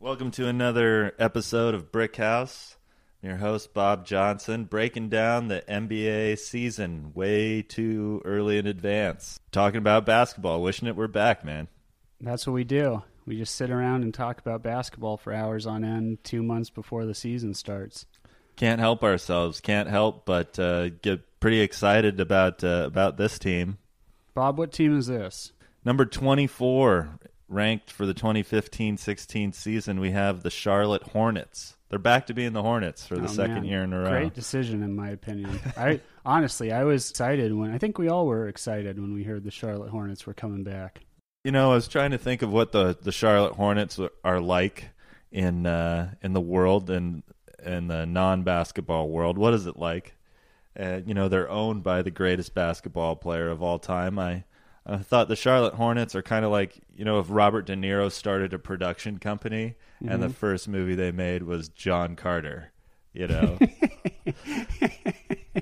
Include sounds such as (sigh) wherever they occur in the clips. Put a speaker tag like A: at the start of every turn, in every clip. A: Welcome to another episode of Brick House. I'm your host, Bob Johnson, breaking down the NBA season way too early in advance. Talking about basketball, wishing it were back, man.
B: That's what we do. We just sit around and talk about basketball for hours on end, two months before the season starts.
A: Can't help ourselves. Can't help but uh, get pretty excited about uh, about this team.
B: Bob, what team is this?
A: Number 24 ranked for the 2015-16 season, we have the Charlotte Hornets. They're back to being the Hornets for the
B: Oh,
A: second
B: man.
A: year in a row.
B: Great decision, in my opinion. I (laughs) honestly, I was excited when I think we all were excited when we heard the Charlotte Hornets were coming back.
A: You know, I was trying to think of what the, the Charlotte Hornets are like in uh, in the world and in the non basketball world. What is it like? Uh, you know, they're owned by the greatest basketball player of all time. I I thought the Charlotte Hornets are kind of like you know if Robert De Niro started a production company and the first movie they made was John Carter. You know,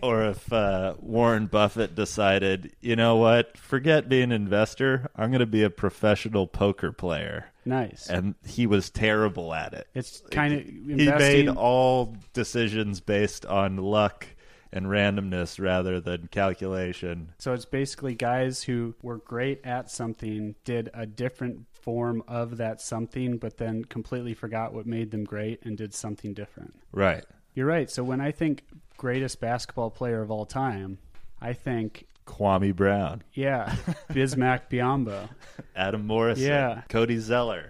A: or if uh, Warren Buffett decided, you know what, forget being an investor, I'm going to be a professional poker player.
B: Nice.
A: And he was terrible at it.
B: It's kind of
A: He made all decisions based on luck and randomness rather than calculation.
B: So it's basically guys who were great at something did a different form of that something, but then completely forgot what made them great and did something different.
A: Right.
B: You're right. So when I think greatest basketball player of all time, I think
A: Kwame Brown, (laughs)
B: yeah, Bismack Biombo.
A: Adam Morrison,
B: Yeah.
A: Cody Zeller.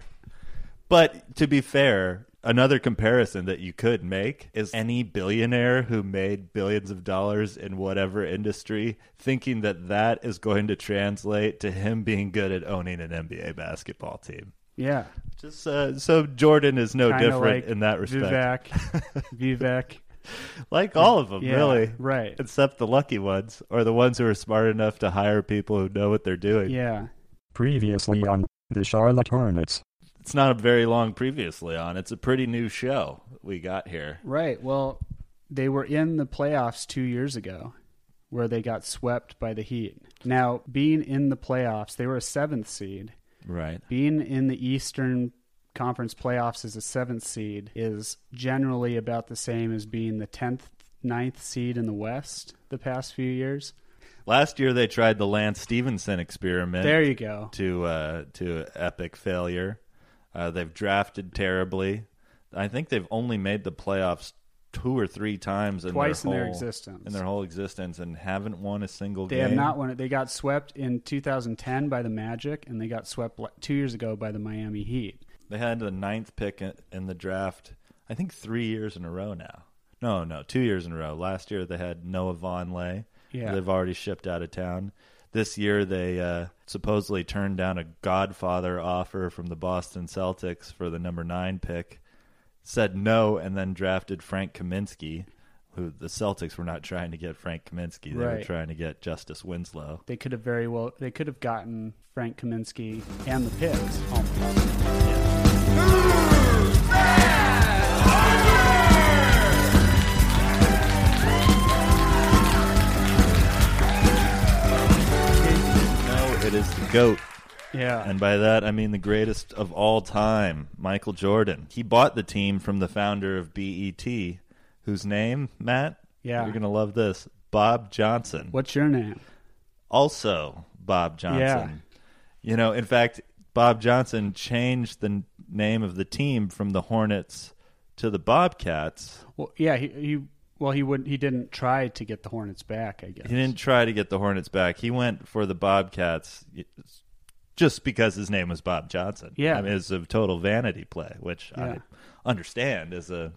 A: But to be fair, another comparison that you could make is any billionaire who made billions of dollars in whatever industry thinking that that is going to translate to him being good at owning an NBA basketball team.
B: Yeah,
A: Just uh, so Jordan is no
B: kinda
A: different
B: like
A: in that respect. (laughs)
B: Vivek, Vivek.
A: Like all of them,
B: Yeah,
A: really.
B: right.
A: Except the lucky ones or the ones who are smart enough to hire people who know what they're doing.
B: Yeah,
C: Previously on the Charlotte Hornets.
A: It's not a very long previously on. It's a pretty new show we got here.
B: right. Well, they were in the playoffs two years ago, where they got swept by the Heat. Now, being in the playoffs, they were a seventh seed.
A: Right.
B: being in the Eastern Conference playoffs as a seventh seed is generally about the same as being the 10th, ninth seed in the West the past few years.
A: Last year they tried the Lance Stevenson experiment
B: There you go.
A: to uh, to epic failure. Uh, they've drafted terribly. I think they've only made the playoffs two or three times in
B: Twice in
A: their
B: their
A: whole-
B: existence.
A: In their whole existence, and haven't won a single
B: They
A: game.
B: have not won it. They got swept in 2010 by the Magic, and they got swept like, two years ago by the Miami Heat.
A: They had the ninth pick in, in the draft. I think three years in a row now. No, no, two years in a row. Last year they had Noah Vonleh.
B: Yeah.
A: they've already shipped out of town. This year they uh, supposedly turned down a Godfather offer from the Boston Celtics for the number nine pick. Said no, and then drafted Frank Kaminsky, who the Celtics were not trying to get Frank Kaminsky. They were
B: Right.
A: trying to get Justice Winslow.
B: They could have very well. They could have gotten Frank Kaminsky and the Pigs. almost.
A: Oh. No, it is the goat.
B: Yeah.
A: And by that, I mean the greatest of all time, Michael Jordan. He bought the team from the founder of BET, whose name, Matt?
B: Yeah.
A: You're going to love this Bob Johnson.
B: What's your name?
A: Also, Bob Johnson. You know, in fact, Bob Johnson changed the n- name of the team from the Hornets to the Bobcats.
B: Well, yeah. He, he well he would not he didn't try to get the Hornets back. I guess
A: He didn't try to get the Hornets back. He went for the Bobcats y- just because his name was Bob Johnson.
B: Yeah.
A: I mean, it's a total vanity play, which
B: Yeah.
A: I understand as a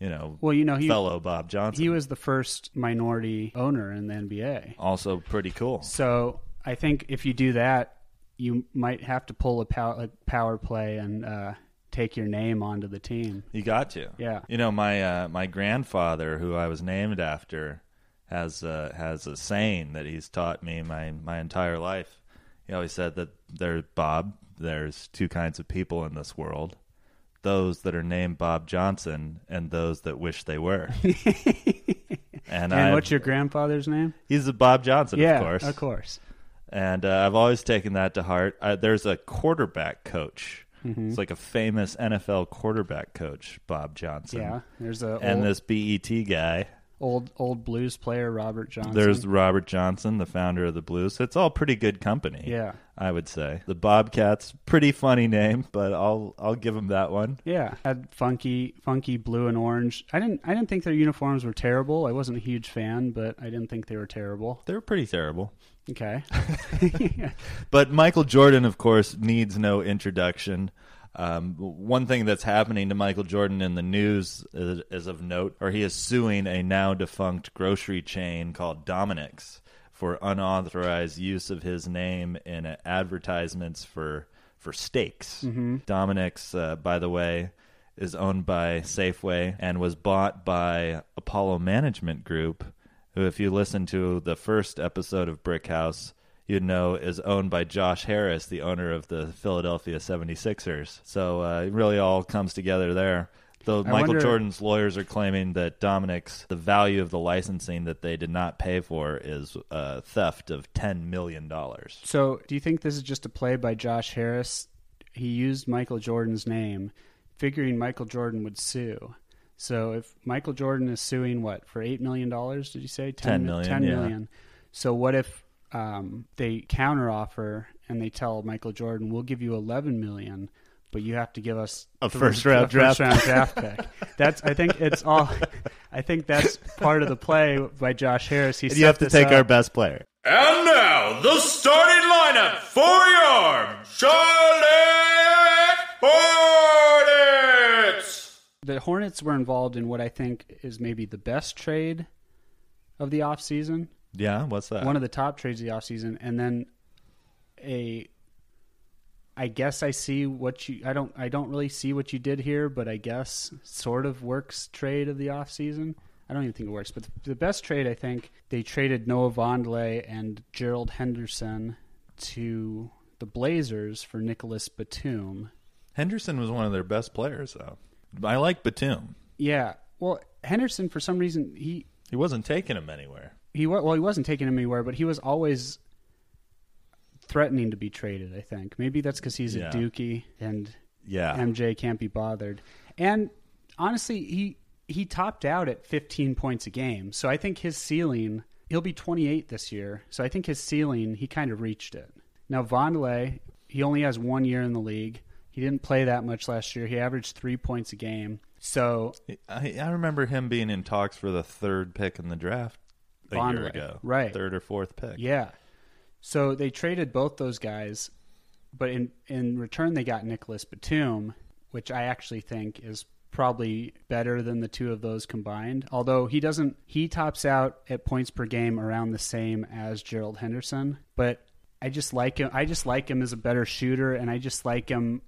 A: you know
B: Well, you know he
A: fellow Bob Johnson.
B: he was the first minority owner in the NBA.
A: also pretty cool.
B: So I think if you do that, you might have to pull a pow- a power play and uh, take your name onto the team.
A: You got to.
B: Yeah.
A: You know my uh, my grandfather, who I was named after, has uh, has a saying that he's taught me my my entire life. He always said that there's Bob. There's two kinds of people in this world: those that are named Bob Johnson and those that wish they were. and
B: and
A: I,
B: what's your grandfather's name?
A: he's a Bob Johnson,
B: yeah,
A: of course
B: of course.
A: and uh, I've always taken that to heart. Uh, there's a quarterback coach It's like a famous NFL quarterback coach, Bob Johnson.
B: yeah, there's a
A: And
B: old,
A: this BET guy.
B: old old blues player Robert Johnson.
A: There's Robert Johnson, the founder of the Blues. It's all pretty good company.
B: yeah,
A: I would say. The Bobcats, pretty funny name, but I'll I'll give them that one.
B: yeah. Had funky funky blue and orange. I didn't I didn't think their uniforms were terrible. I wasn't a huge fan, but I didn't think they were terrible.
A: They're pretty terrible.
B: Okay,
A: But Michael Jordan, of course, needs no introduction. Um, one thing that's happening to Michael Jordan in the news is, is of note, or he is suing a now defunct grocery chain called Dominic's for unauthorized use of his name in advertisements for for steaks. Dominic's, uh, by the way, is owned by Safeway and was bought by Apollo Management Group, who, if you listen to the first episode of Brick House, you know is owned by Josh Harris, the owner of the Philadelphia 76ers. So uh, it really all comes together there. Though
B: I
A: Michael
B: wonder-
A: Jordan's lawyers are claiming that Dominic's the value of the licensing that they did not pay for is uh, theft of ten million dollars.
B: So, do you think this is just a play by Josh Harris? He used Michael Jordan's name, figuring Michael Jordan would sue. So, if Michael Jordan is suing what for eight million dollars? Did you say
A: 10 million,
B: Ten
A: yeah.
B: million. So, what if um, they counteroffer and they tell Michael Jordan, "We'll give you eleven million, but you have to give us
A: A
B: three-
A: first-round
B: a
A: (laughs)
B: first-round draft pick." That's. I think it's all. (laughs) I think that's part of the play by Josh Harris. He
A: And you have to take
B: up.
A: our best player.
D: And now, the starting lineup for your Charlotte Hornets!
B: the Hornets were involved in what I think is maybe the best trade of the offseason,
A: Yeah, what's that?
B: one of the top trades of the offseason, and then a I guess I see what you I don't I don't really see what you did here, but I guess sort of works trade of the offseason. I don't even think it works, but the best trade I think they traded Noah Vonleh and Gerald Henderson to the Blazers for Nicholas Batum.
A: Henderson was one of their best players, though. I like Batum.
B: Yeah. Well, Henderson for some reason he
A: He wasn't taking him anywhere.
B: he wa- well he wasn't taking him anywhere, but he was always threatening to be traded. I think maybe that's because he's
A: Yeah.
B: a Dookie and
A: Yeah.
B: MJ can't be bothered. And honestly, he he topped out at 15 points a game, so I think his ceiling he'll be 28 this year. So I think his ceiling he kind of reached it. Now Vonleh, he only has one year in the league. He didn't play that much last year. He averaged three points a game. So
A: I, I remember him being in talks for the third pick in the draft a year
B: Vonleh,
A: ago.
B: right.
A: Third or fourth pick.
B: Yeah. So they traded both those guys, but in in return they got Nicholas Batum, which I actually think is probably better than the two of those combined. Although he doesn't he tops out at points per game around the same as Gerald Henderson, but I just like him I just like him as a better shooter and I just like him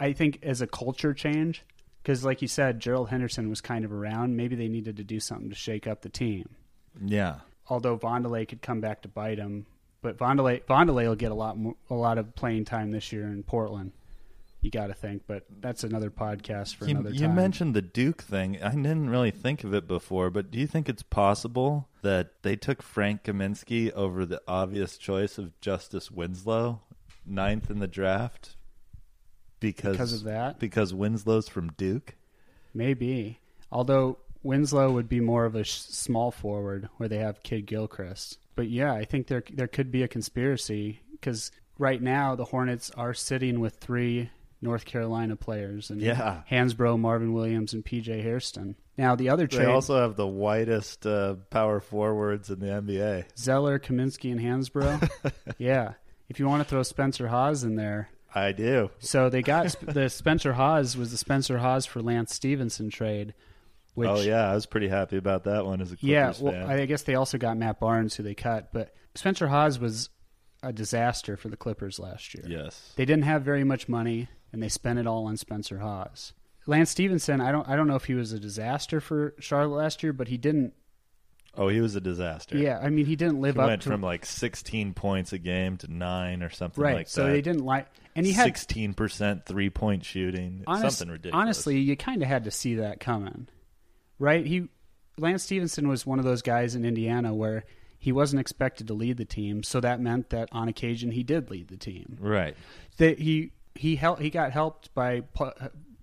B: I think as a culture change because like you said Gerald Henderson was kind of around, maybe they needed to do something to shake up the team
A: Yeah.
B: although Vondelay could come back to bite him, but Vondelay Vondelay will get a lot more, a lot of playing time this year in Portland. You got to think, but that's another podcast for
A: You,
B: another
A: you
B: time.
A: mentioned the Duke thing. I didn't really think of it before, but do you think it's possible that they took Frank Kaminsky over the obvious choice of Justice Winslow, ninth in the draft? Because,
B: Because of that?
A: Because Winslow's from Duke?
B: maybe, although Winslow would be more of a sh- small forward where they have Kid Gilchrist. But yeah, I think there there could be a conspiracy because right now the Hornets are sitting with three North Carolina players and
A: Yeah.
B: Hansbrough, Marvin Williams, and PJ Hairston. Now the other
A: They
B: trade
A: also have the whitest uh, power forwards in the NBA.
B: Zeller, Kaminsky, and Hansbrough.
A: (laughs)
B: yeah. If you want to throw Spencer Hawes in there.
A: I do.
B: So they got sp- the Spencer Hawes was the Spencer Hawes for Lance Stevenson trade, which
A: oh yeah, I was pretty happy about that one as a Clippers
B: yeah,
A: fan.
B: well, I guess they also got Matt Barnes who they cut, but Spencer Hawes was a disaster for the Clippers last year.
A: yes.
B: They didn't have very much money and they spent it all on Spencer Hawes. Lance Stevenson, I don't I don't know if he was a disaster for Charlotte last year, but he didn't
A: Oh, he was a disaster.
B: yeah, I mean he didn't live
A: He
B: up
A: went
B: to
A: from like 16 points a game to nine or something
B: right.
A: like
B: so
A: that.
B: they didn't like and he had
A: 16% three point shooting.
B: Honest-
A: something ridiculous.
B: Honestly, you kind of had to see that coming, right? He Lance Stevenson was one of those guys in Indiana where he wasn't expected to lead the team, so that meant that on occasion he did lead the team.
A: Right.
B: That he he helped. He got helped by Pa-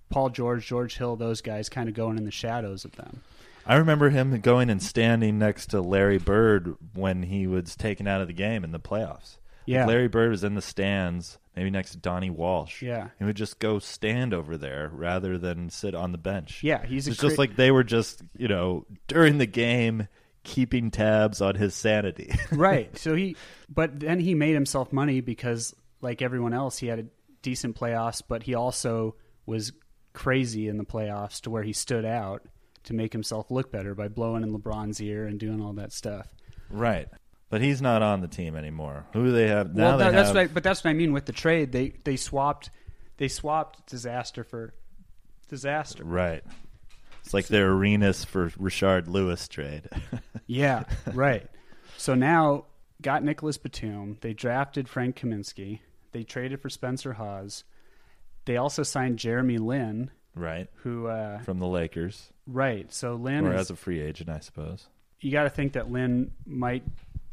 B: Paul George, George Hill, those guys kind of going in the shadows of them.
A: I remember him going and standing next to Larry Bird when he was taken out of the game in the playoffs. Like,
B: Yeah.
A: Larry Bird was in the stands, maybe next to Donnie Walsh.
B: Yeah.
A: He would just go stand over there rather than sit on the bench.
B: Yeah, he's a
A: it's just
B: cre-
A: like they were just, you know, during the game keeping tabs on his sanity. (laughs)
B: right. So he, but then he made himself money because, like everyone else, he had a decent playoffs, but he also was crazy in the playoffs to where he stood out to make himself look better by blowing in LeBron's ear and doing all that stuff.
A: right. But he's not on the team anymore. Who do they have now?
B: well,
A: they
B: that, that's
A: have,
B: what I, but that's what I mean with the trade. They they swapped they swapped disaster for disaster.
A: Right. It's like their arenas for Richard Lewis trade. (laughs)
B: Yeah, right. So now got Nicholas Batum. They drafted Frank Kaminsky. They traded for Spencer Hawes. They also signed Jeremy Lin,
A: right.
B: who uh,
A: From the Lakers.
B: right. So Lin
A: or
B: is,
A: as a free agent, I suppose.
B: you got to think that Lin might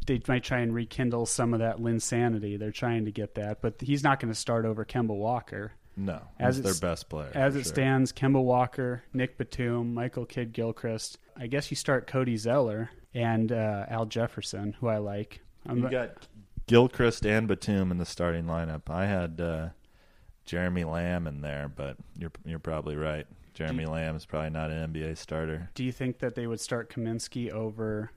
B: they might try and rekindle some of that Lin sanity. They're trying to get that, but he's not going to start over Kemba Walker.
A: No,
B: As
A: as
B: it
A: their
B: s-
A: best player.
B: As
A: for
B: it
A: sure.
B: stands, Kemba Walker, Nick Batum, Michael Kidd Gilchrist. I guess you start Cody Zeller and uh, Al Jefferson, who I like. I'm
A: you got Gilchrist and Batum in the starting lineup. I had uh, Jeremy Lamb in there, but you're you're probably right. Jeremy Lamb is probably not an NBA starter.
B: Do you think that they would start Kaminsky over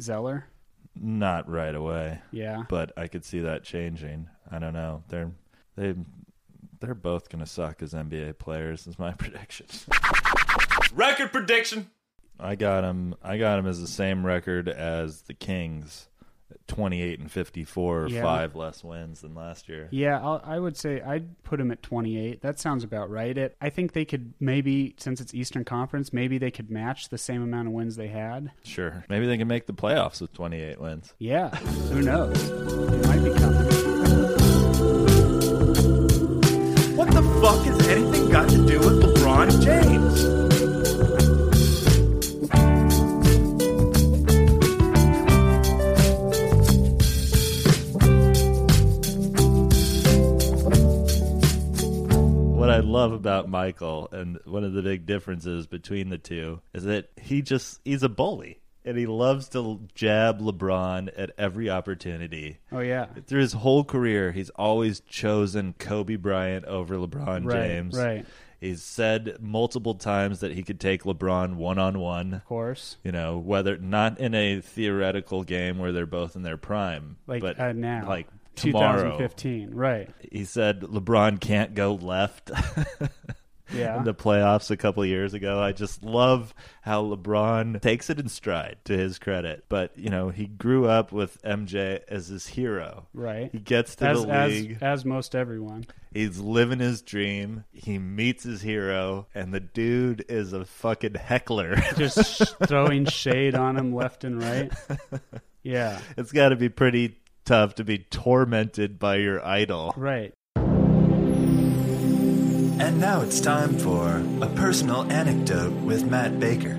B: Zeller?
A: Not right away,
B: Yeah.
A: but I could see that changing. I don't know. They're they they're both going to suck as NBA players. Is my (laughs) prediction.
D: Record prediction.
A: I got him. I got him as the same record as the Kings, twenty eight and fifty four, or
B: Yeah.
A: five less wins than last year.
B: Yeah, I'll, I would say I'd put him at 28. That sounds about right. It, I think they could maybe, since it's Eastern Conference, maybe they could match the same amount of wins they had.
A: Sure. Maybe they can make the playoffs with 28 wins.
B: Yeah, who knows? It might be coming.
D: What the fuck has anything got to do with LeBron James?
A: What I love about Michael and one of the big differences between the two is that he just he's a bully and he loves to jab LeBron at every opportunity.
B: Oh, yeah.
A: Through his whole career, he's always chosen Kobe Bryant over LeBron
B: Right,
A: James.
B: right.
A: He's said multiple times that he could take LeBron one on one.
B: Of course.
A: You know, whether not in a theoretical game where they're both in their prime,
B: Like
A: but
B: uh, now.
A: like tomorrow,
B: 2015. Right.
A: he said LeBron can't go left (laughs)
B: Yeah.
A: in the playoffs a couple years ago. I just love how LeBron takes it in stride to his credit. But, you know, he grew up with MJ as his hero.
B: Right.
A: He gets to
B: as,
A: the
B: as,
A: league.
B: as most everyone.
A: He's living his dream. He meets his hero, and the dude is a fucking heckler. (laughs)
B: Just sh- throwing shade on him left and right. Yeah.
A: it's got to be pretty tough to be tormented by your idol.
B: Right.
E: And now it's time for a personal anecdote with Matt Baker.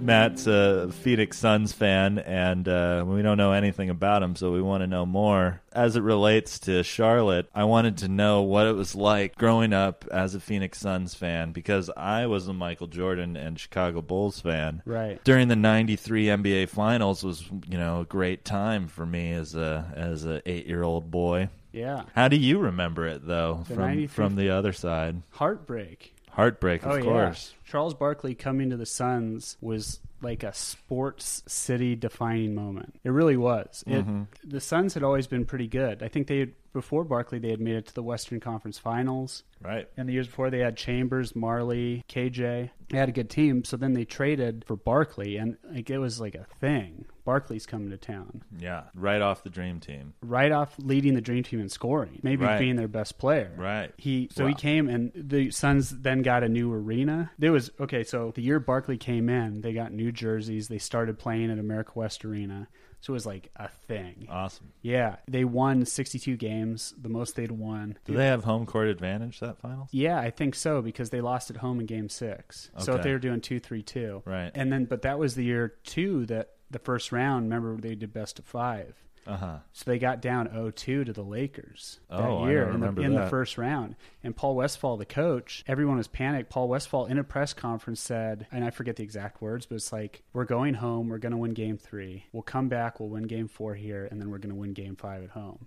A: Matt's a Phoenix Suns fan, and uh, we don't know anything about him, so we want to know more. As it relates to Charlotte, I wanted to know what it was like growing up as a Phoenix Suns fan because I was a Michael Jordan and Chicago Bulls fan.
B: Right.
A: During the '93 NBA Finals was, you know, a great time for me as a as a eight year old boy.
B: Yeah.
A: How do you remember it though,
B: The
A: from
B: 93
A: from the other side?
B: Heartbreak.
A: Heartbreak, of
B: oh,
A: course.
B: Yeah. Charles Barkley coming to the Suns was like a sports city defining moment. It really was. It,
A: Mm-hmm.
B: The Suns had always been pretty good. I think they had, before Barkley, they had made it to the Western Conference Finals.
A: Right.
B: And the years before, they had Chambers, Marley, KJ. They had a good team. So then they traded for Barkley, and like it was like a thing. Barkley's coming to town
A: Yeah. Right off the dream team.
B: right off leading the dream team in scoring, maybe
A: Right.
B: being their best player.
A: Right.
B: He so he
A: Wow.
B: came and the Suns then got a new arena. There was okay, so the year Barkley came in, they got new jerseys, they started playing at America West Arena. So it was like a thing.
A: Awesome.
B: yeah, they won 62 games, the most they'd won.
A: Do they have home court advantage that finals?
B: Yeah, I think so because they lost at home in Game Six. So if
A: Okay.
B: they were doing two, three, two,
A: Right.
B: and then but that was the year two that the first round. Remember they did best of five.
A: Uh huh.
B: So they got down 0-2 to the Lakers that
A: Oh, I
B: year
A: don't
B: in, the,
A: remember
B: in the
A: that.
B: first round. And Paul Westfall, the coach, everyone was panicked. Paul Westfall in a press conference said, and I forget the exact words, but it's like, "We're going home. We're going to win Game Three. We'll come back. We'll win Game Four here, and then we're going to win Game Five at home."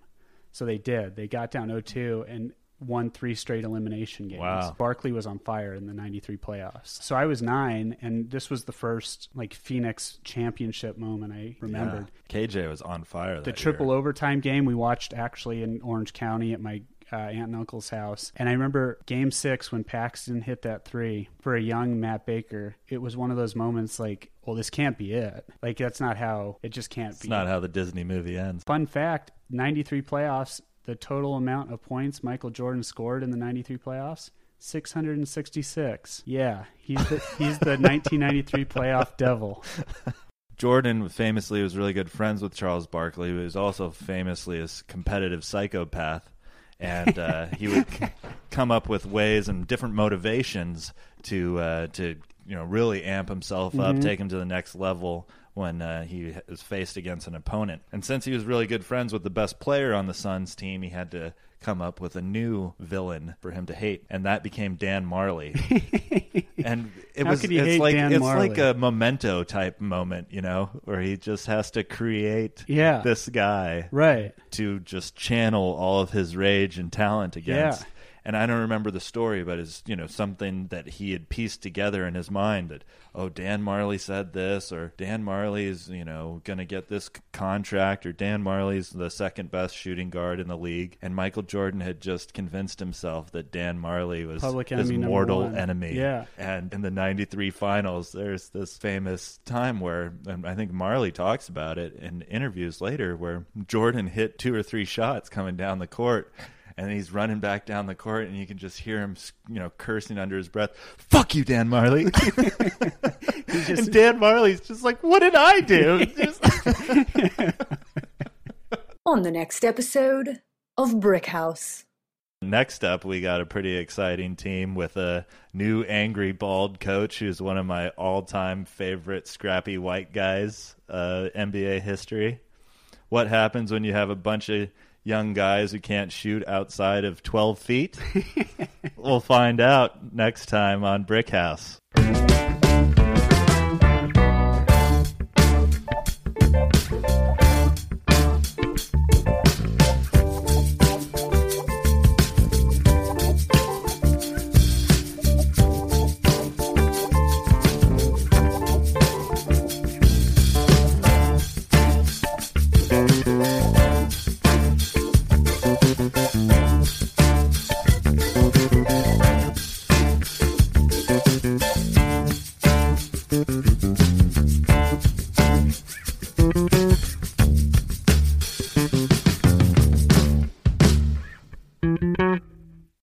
B: So they did. They got down 0-2 and won three straight elimination games.
A: Wow.
B: Barkley was on fire in the 93 playoffs. So I was 9 and this was the first like Phoenix championship moment I remembered
A: KJ Uh, was on fire. That
B: the triple
A: year.
B: overtime game we watched actually in Orange County at my uh, aunt and uncle's house. And I remember game six when Paxton hit that three for a young Matt Baker. It was one of those moments like, well, this can't be it. Like, that's not how it just can't
A: It's
B: be.
A: not how the Disney movie ends.
B: Fun fact 93 playoffs, the total amount of points Michael Jordan scored in the 93 playoffs. 666. Yeah, he's the he's the (laughs) 1993 playoff devil.
A: Jordan famously was really good friends with Charles Barkley, who was also famously a s- competitive psychopath, and
B: (laughs)
A: uh, he would c- come up with ways and different motivations to uh, to you know really amp himself up,
B: Mm-hmm.
A: take him to the next level when uh, he was faced against an opponent. And since he was really good friends with the best player on the Suns team, he had to come up with a new villain for him to hate, and that became Dan
B: (laughs)
A: Marley. and it
B: How
A: was
B: could you
A: it's
B: hate
A: like
B: Dan
A: it's
B: Marley?
A: like a memento type moment, you know, where he just has to create
B: Yeah.
A: this guy
B: Right.
A: to just channel all of his rage and talent against.
B: Yeah.
A: And I don't remember the story, but it's you know something that he had pieced together in his mind that oh Dan Marley said this or Dan Marley's you know going to get this c- contract or Dan Marley's the second best shooting guard in the league and Michael Jordan had just convinced himself that Dan Marley was
B: Public
A: his
B: enemy number
A: mortal
B: one.
A: enemy
B: Yeah.
A: and in the 93 finals, there's this famous time where, and I think Marley talks about it in interviews later, where Jordan hit two or three shots coming down the court. And he's running back down the court, and you can just hear him, you know, cursing under his breath, "Fuck you, Dan Marley." (laughs) and Dan Marley's just like, "What did I
B: (laughs)
A: do?" Just-
F: on the next episode of Brick House.
A: Next up, we got a pretty exciting team with a new angry bald coach who's one of my all time favorite scrappy white guys, uh, NBA history. What happens when you have a bunch of young guys who can't shoot outside of 12 feet? we'll find out next time on Brick House.